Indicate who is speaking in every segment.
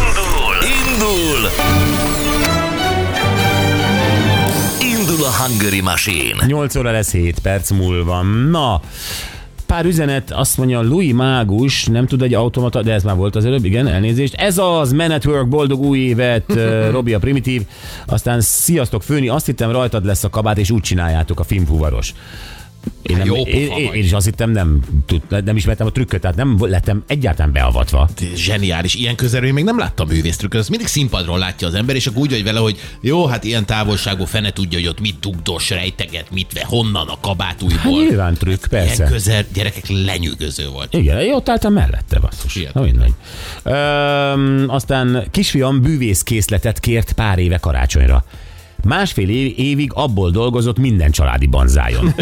Speaker 1: Indul! Indul! Indul a Hungary Machine!
Speaker 2: 8 óra lesz 7 perc múlva. Na, pár üzenet, azt mondja Louis Mágus, nem tud egy automata, de ez már volt az előbb, igen, elnézést. Ez az Man at Work, boldog új évet, ö, Robi a primitív. Aztán sziasztok főni, azt hittem rajtad lesz a kabát, és úgy csináljátok a filmfúvaros. Én, nem,
Speaker 3: Hát Jó
Speaker 2: én,
Speaker 3: pofa
Speaker 2: én,
Speaker 3: vagy.
Speaker 2: én, is azt hittem, nem, tud, nem ismertem a trükköt, tehát nem lettem egyáltalán beavatva.
Speaker 3: Zseniális. Ilyen közelről én még nem láttam művésztrükköt. Ezt mindig színpadról látja az ember, és akkor úgy vagy vele, hogy jó, hát ilyen távolságú fene tudja, hogy ott mit dugdos, rejteget, mit ve, honnan a kabát
Speaker 2: Hát
Speaker 3: újból.
Speaker 2: nyilván trükk,
Speaker 3: Ilyen
Speaker 2: persze.
Speaker 3: közel, gyerekek, lenyűgöző volt.
Speaker 2: Igen, én ott álltam mellette, basszus.
Speaker 3: Ilyet.
Speaker 2: Na mindegy. Öm, aztán kisfiam bűvészkészletet kért pár éve karácsonyra. Másfél év, évig abból dolgozott minden családi banzájon.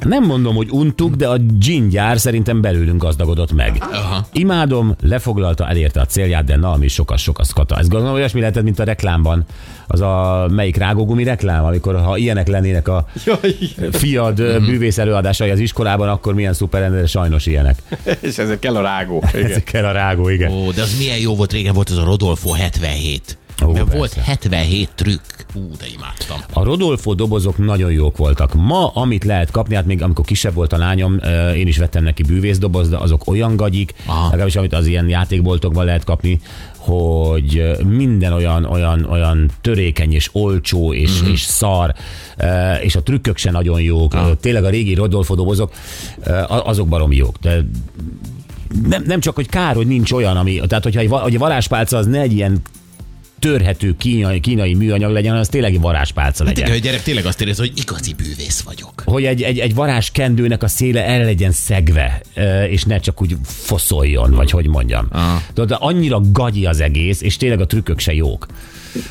Speaker 2: Nem mondom, hogy untuk, de a gingyár szerintem belőlünk gazdagodott meg.
Speaker 3: Aha.
Speaker 2: Imádom, lefoglalta, elérte a célját, de na, ami sokas, sokas kata. Ez gondolom olyasmi lehetett, mint a reklámban. Az a melyik rágógumi reklám, amikor ha ilyenek lennének a fiad ö, bűvész előadásai az iskolában, akkor milyen szuper lenne, de sajnos ilyenek.
Speaker 4: És ezért kell a rágó. Igen.
Speaker 2: Ezekkel a rágó, igen.
Speaker 3: Ó, de az milyen jó volt, régen volt az a Rodolfo 77.
Speaker 2: Ó,
Speaker 3: Ó, Mert volt
Speaker 2: persze.
Speaker 3: 77 trükk. Hú, de imádtam.
Speaker 2: A Rodolfo dobozok nagyon jók voltak. Ma, amit lehet kapni, hát még amikor kisebb volt a lányom, ö, én is vettem neki bűvészdoboz, de azok olyan gagyik,
Speaker 3: Aha.
Speaker 2: legalábbis amit az ilyen játékboltokban lehet kapni, hogy ö, minden olyan, olyan, olyan törékeny és olcsó és, mm-hmm. és szar, ö, és a trükkök se nagyon jók. Ö, Tényleg a régi Rodolfo dobozok, ö, a- azok barom jók, de nem, nem csak, hogy kár, hogy nincs olyan, ami, tehát hogyha egy, va- hogy a varázspálca az ne egy ilyen törhető kínai, kínai műanyag legyen, hanem az tényleg egy varázspálca legyen.
Speaker 3: Igen, a gyerek tényleg azt érez, hogy igazi bűvész vagyok.
Speaker 2: hogy egy, egy, egy varázskendőnek a széle el legyen szegve, ö, és ne csak úgy foszoljon, vagy hogy mondjam. Tudod, de annyira gagyi az egész, és tényleg a trükkök se jók.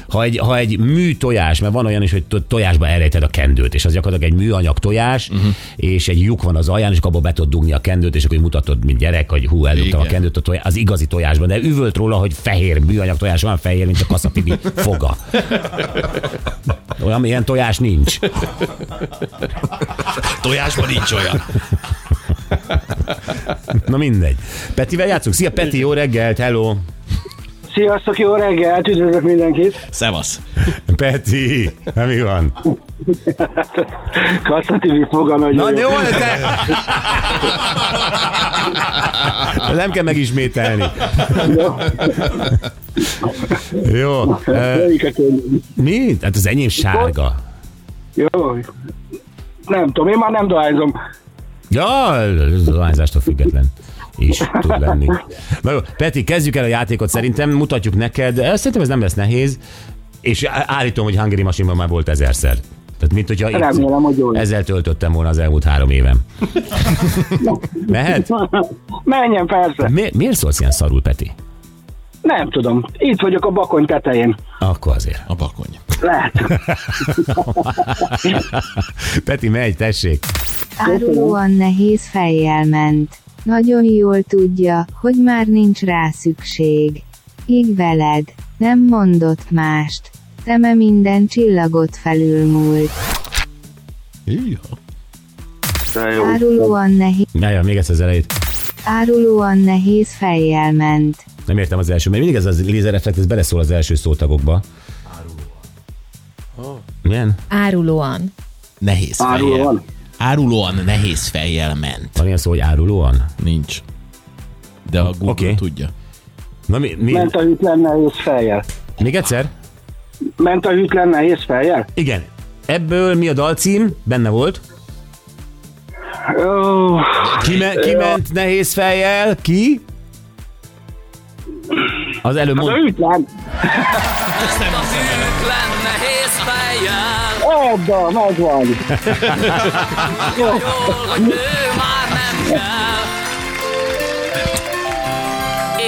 Speaker 2: Ha egy, ha egy mű tojás, mert van olyan is, hogy to- tojásba elrejted a kendőt, és az gyakorlatilag egy műanyag tojás, uh-huh. és egy lyuk van az alján, és akkor abba be tudod dugni a kendőt, és akkor így mutatod, mint gyerek, hogy hú, eldugtam a
Speaker 3: Igen.
Speaker 2: kendőt a tojá- az igazi tojásban, de üvölt róla, hogy fehér műanyag tojás, olyan fehér, mint a kaszapibi foga. Olyan ilyen tojás nincs.
Speaker 3: Tojásban nincs olyan.
Speaker 2: Na mindegy. Petivel játszunk. Szia Peti, jó reggelt, hello!
Speaker 5: Sziasztok, jó reggelt, üdvözlök mindenkit.
Speaker 3: Szevasz.
Speaker 2: Peti, na mi van?
Speaker 5: Kasszativi foga
Speaker 2: Na
Speaker 5: nagyon
Speaker 2: de
Speaker 5: jó.
Speaker 2: jó, te! Nem kell megismételni. Jó. Ö,
Speaker 5: Melyik a könyv?
Speaker 2: Mi? Hát az enyém sárga.
Speaker 5: Jó. Nem tudom, én már nem dohányzom.
Speaker 2: Ja, ez a dohányzástól független is tud lenni. Na jó, Peti, kezdjük el a játékot szerintem, mutatjuk neked. Ö, Szerintem ez nem lesz nehéz. És á- állítom, hogy Hungary Machine-ban már volt ezerszer. Tehát mint hogyha itt-
Speaker 5: Remélem, hogy jó.
Speaker 2: Ezzel töltöttem volna az elmúlt három évem. Mehet?
Speaker 5: Menjen, persze.
Speaker 2: Mi, miért szólsz ilyen szarul, Peti?
Speaker 5: Nem tudom. Itt vagyok a bakony tetején.
Speaker 2: Akkor azért.
Speaker 3: A bakony.
Speaker 5: Lehet.
Speaker 2: Peti, megy, tessék.
Speaker 6: Árulóan nehéz fejjel ment. Nagyon jól tudja, hogy már nincs rá szükség. Így veled. Nem mondott mást. Szeme minden csillagot felülmúlt. Árulóan nehéz,
Speaker 2: Na jó, még egyszer az elejét.
Speaker 6: árulóan nehéz fejjel ment.
Speaker 2: Nem értem az első, mert mindig ez az lézereffekt, ez beleszól az első szótagokba. Milyen?
Speaker 7: Árulóan.
Speaker 3: Nehéz fejjel.
Speaker 5: Árulóan.
Speaker 3: Árulóan nehéz fejjel ment.
Speaker 2: Van ilyen szó, hogy árulóan?
Speaker 3: Nincs. De a Google
Speaker 2: Oké.
Speaker 3: okay. tudja.
Speaker 2: Na mi, mi,
Speaker 5: Ment a hűtlen nehéz fejjel.
Speaker 2: még egyszer?
Speaker 5: Ment a hűtlen nehéz fejjel?
Speaker 2: Igen. Ebből mi a dalcím? Benne volt.
Speaker 5: Ó,
Speaker 2: Kime, kiment nehéz fejjel? Ki? Az előbb
Speaker 5: a
Speaker 2: mond...
Speaker 5: hűtlen. Ebben, megvan.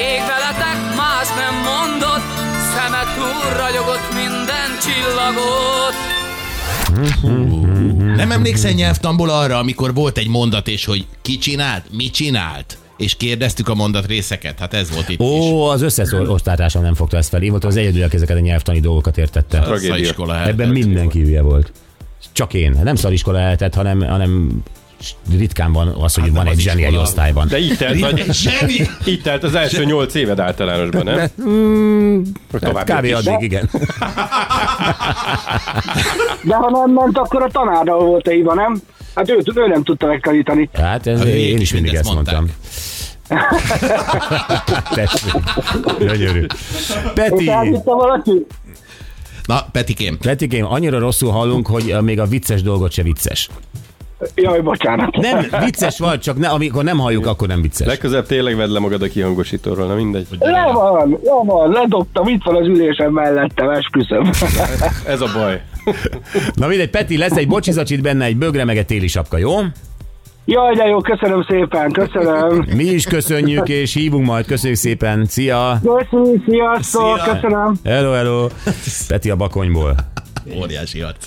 Speaker 8: Ég veletek, más nem mondott, szeme túl ragyogott minden csillagot.
Speaker 2: Hmm.
Speaker 3: Nem emlékszel nyelvtamból arra, amikor volt egy mondat, és hogy ki csinált, mit csinált? És kérdeztük a mondat részeket. Hát ez volt itt is.
Speaker 2: Ó, az összes osztátársam nem fogta ezt fel. Én voltam az egyedül, aki ezeket a nyelvtani dolgokat értette.
Speaker 3: hát Az a
Speaker 4: Tragédia.
Speaker 3: iskola
Speaker 2: Ebben mindenki hülye volt. Csak én. Nem szariskola lehetett, hanem, hanem ritkán van az, hogy hát van
Speaker 3: nem
Speaker 2: egy
Speaker 3: az
Speaker 2: zseniai Hát
Speaker 3: iskola.
Speaker 2: osztályban.
Speaker 4: De itt telt, nagy,
Speaker 3: Zseni!
Speaker 4: itt telt az első nyolc éved általánosban, nem? Hogy tovább
Speaker 2: Kb.
Speaker 4: jöttél.
Speaker 2: addig, igen.
Speaker 5: De ha nem ment, akkor a tanárral volt a hiba, nem? Hát ő, ő nem tudta megtanítani.
Speaker 2: Hát ez,
Speaker 3: A hülyék
Speaker 2: én
Speaker 3: is
Speaker 2: is mindig
Speaker 3: mindezt
Speaker 2: ezt mondtam. Tessék. Gyönyörű. Peti,
Speaker 5: Elhitte valaki?
Speaker 3: Na, Petikém,
Speaker 2: Petikém, annyira rosszul hallunk, hogy eh, még a vicces dolgot se vicces.
Speaker 5: Jaj, bocsánat.
Speaker 2: Nem, vicces vagy, csak ne, amikor nem halljuk, akkor nem vicces.
Speaker 4: Legközelebb tényleg vedd le magad a kihangosítóról, na mindegy.
Speaker 5: Le van, jó van, ledobtam, itt van az ülésem mellettem, esküszöm.
Speaker 4: Ez a baj.
Speaker 2: Na mindegy, Peti, lesz egy bocsizacsit benne, egy bögre, meg egy téli sapka, jó?
Speaker 5: Jaj, de jó, köszönöm szépen, köszönöm.
Speaker 2: Mi is köszönjük, és hívunk majd. Köszönjük szépen. Szia!
Speaker 5: Köszönjük, sziasztok,
Speaker 3: Szia.
Speaker 5: köszönöm.
Speaker 2: Hello, hello! Peti a bakonyból.
Speaker 3: óriási harc.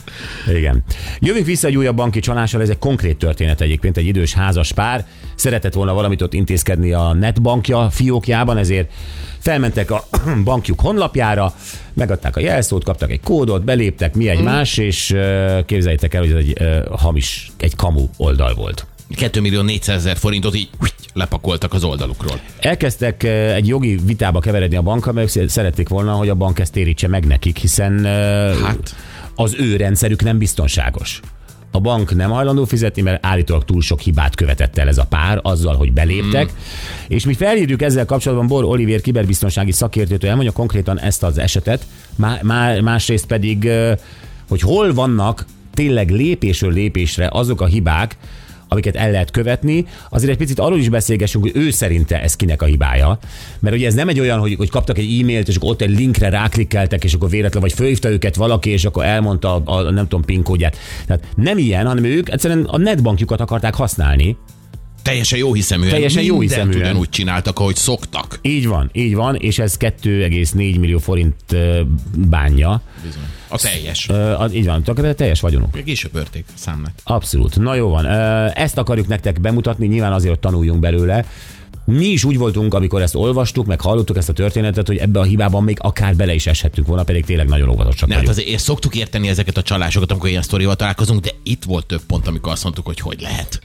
Speaker 2: Igen. Jövünk vissza egy újabb banki csalással, ez egy konkrét történet egyébként, egy idős házas pár szeretett volna valamit ott intézkedni a netbankja fiókjában, ezért felmentek a bankjuk honlapjára, megadták a jelszót, kaptak egy kódot, beléptek mi egymás, és ö, képzeljétek el, hogy ez egy ö, hamis, egy kamu oldal volt.
Speaker 3: 2 millió 400 ezer forintot így hújt, lepakoltak az oldalukról.
Speaker 2: Elkezdtek eh, egy jogi vitába keveredni a banka, mert sz- szerették volna, hogy a bank ezt térítse meg nekik, hiszen hát.
Speaker 3: Hát.
Speaker 2: az ő rendszerük nem biztonságos. A bank nem hajlandó fizetni, mert állítólag túl sok hibát követett el ez a pár azzal, hogy beléptek. Mm. És mi felhívjuk ezzel kapcsolatban Bor Olivier kiberbiztonsági szakértőt, elmondja konkrétan ezt az esetet, má, má, másrészt pedig, eh, hogy hol vannak tényleg lépésről lépésre azok a hibák, amiket el lehet követni. Azért egy picit arról is beszélgessünk, hogy ő szerinte ez kinek a hibája. Mert ugye ez nem egy olyan, hogy, hogy kaptak egy e-mailt, és akkor ott egy linkre ráklikkeltek, és akkor véletlen, vagy fölhívta őket valaki, és akkor elmondta a, a nem tudom, PIN kódját. Tehát nem ilyen, hanem ők egyszerűen a netbankjukat akarták használni.
Speaker 3: Teljesen jó hiszeműen.
Speaker 2: Teljesen jó
Speaker 3: mindent
Speaker 2: hiszeműen.
Speaker 3: ugyanúgy csináltak, ahogy szoktak.
Speaker 2: Így van, így van, és ez 2,4 millió forint ö, bánja.
Speaker 3: A teljes.
Speaker 2: Ö, a- Így van, tehát teljes vagyonuk.
Speaker 3: Később örték a számlát.
Speaker 2: Abszolút. Na jó van. Ö, Ezt akarjuk nektek bemutatni, nyilván azért, hogy tanuljunk belőle. Mi is úgy voltunk, amikor ezt olvastuk, meg hallottuk ezt a történetet, hogy ebbe a hibában még akár bele is eshettünk volna, pedig tényleg nagyon óvatosak
Speaker 3: Ne, hát
Speaker 2: vagyunk.
Speaker 3: azért szoktuk érteni ezeket a csalásokat, amikor ilyen sztorival találkozunk, de itt volt több pont, amikor azt mondtuk, hogy hogy lehet.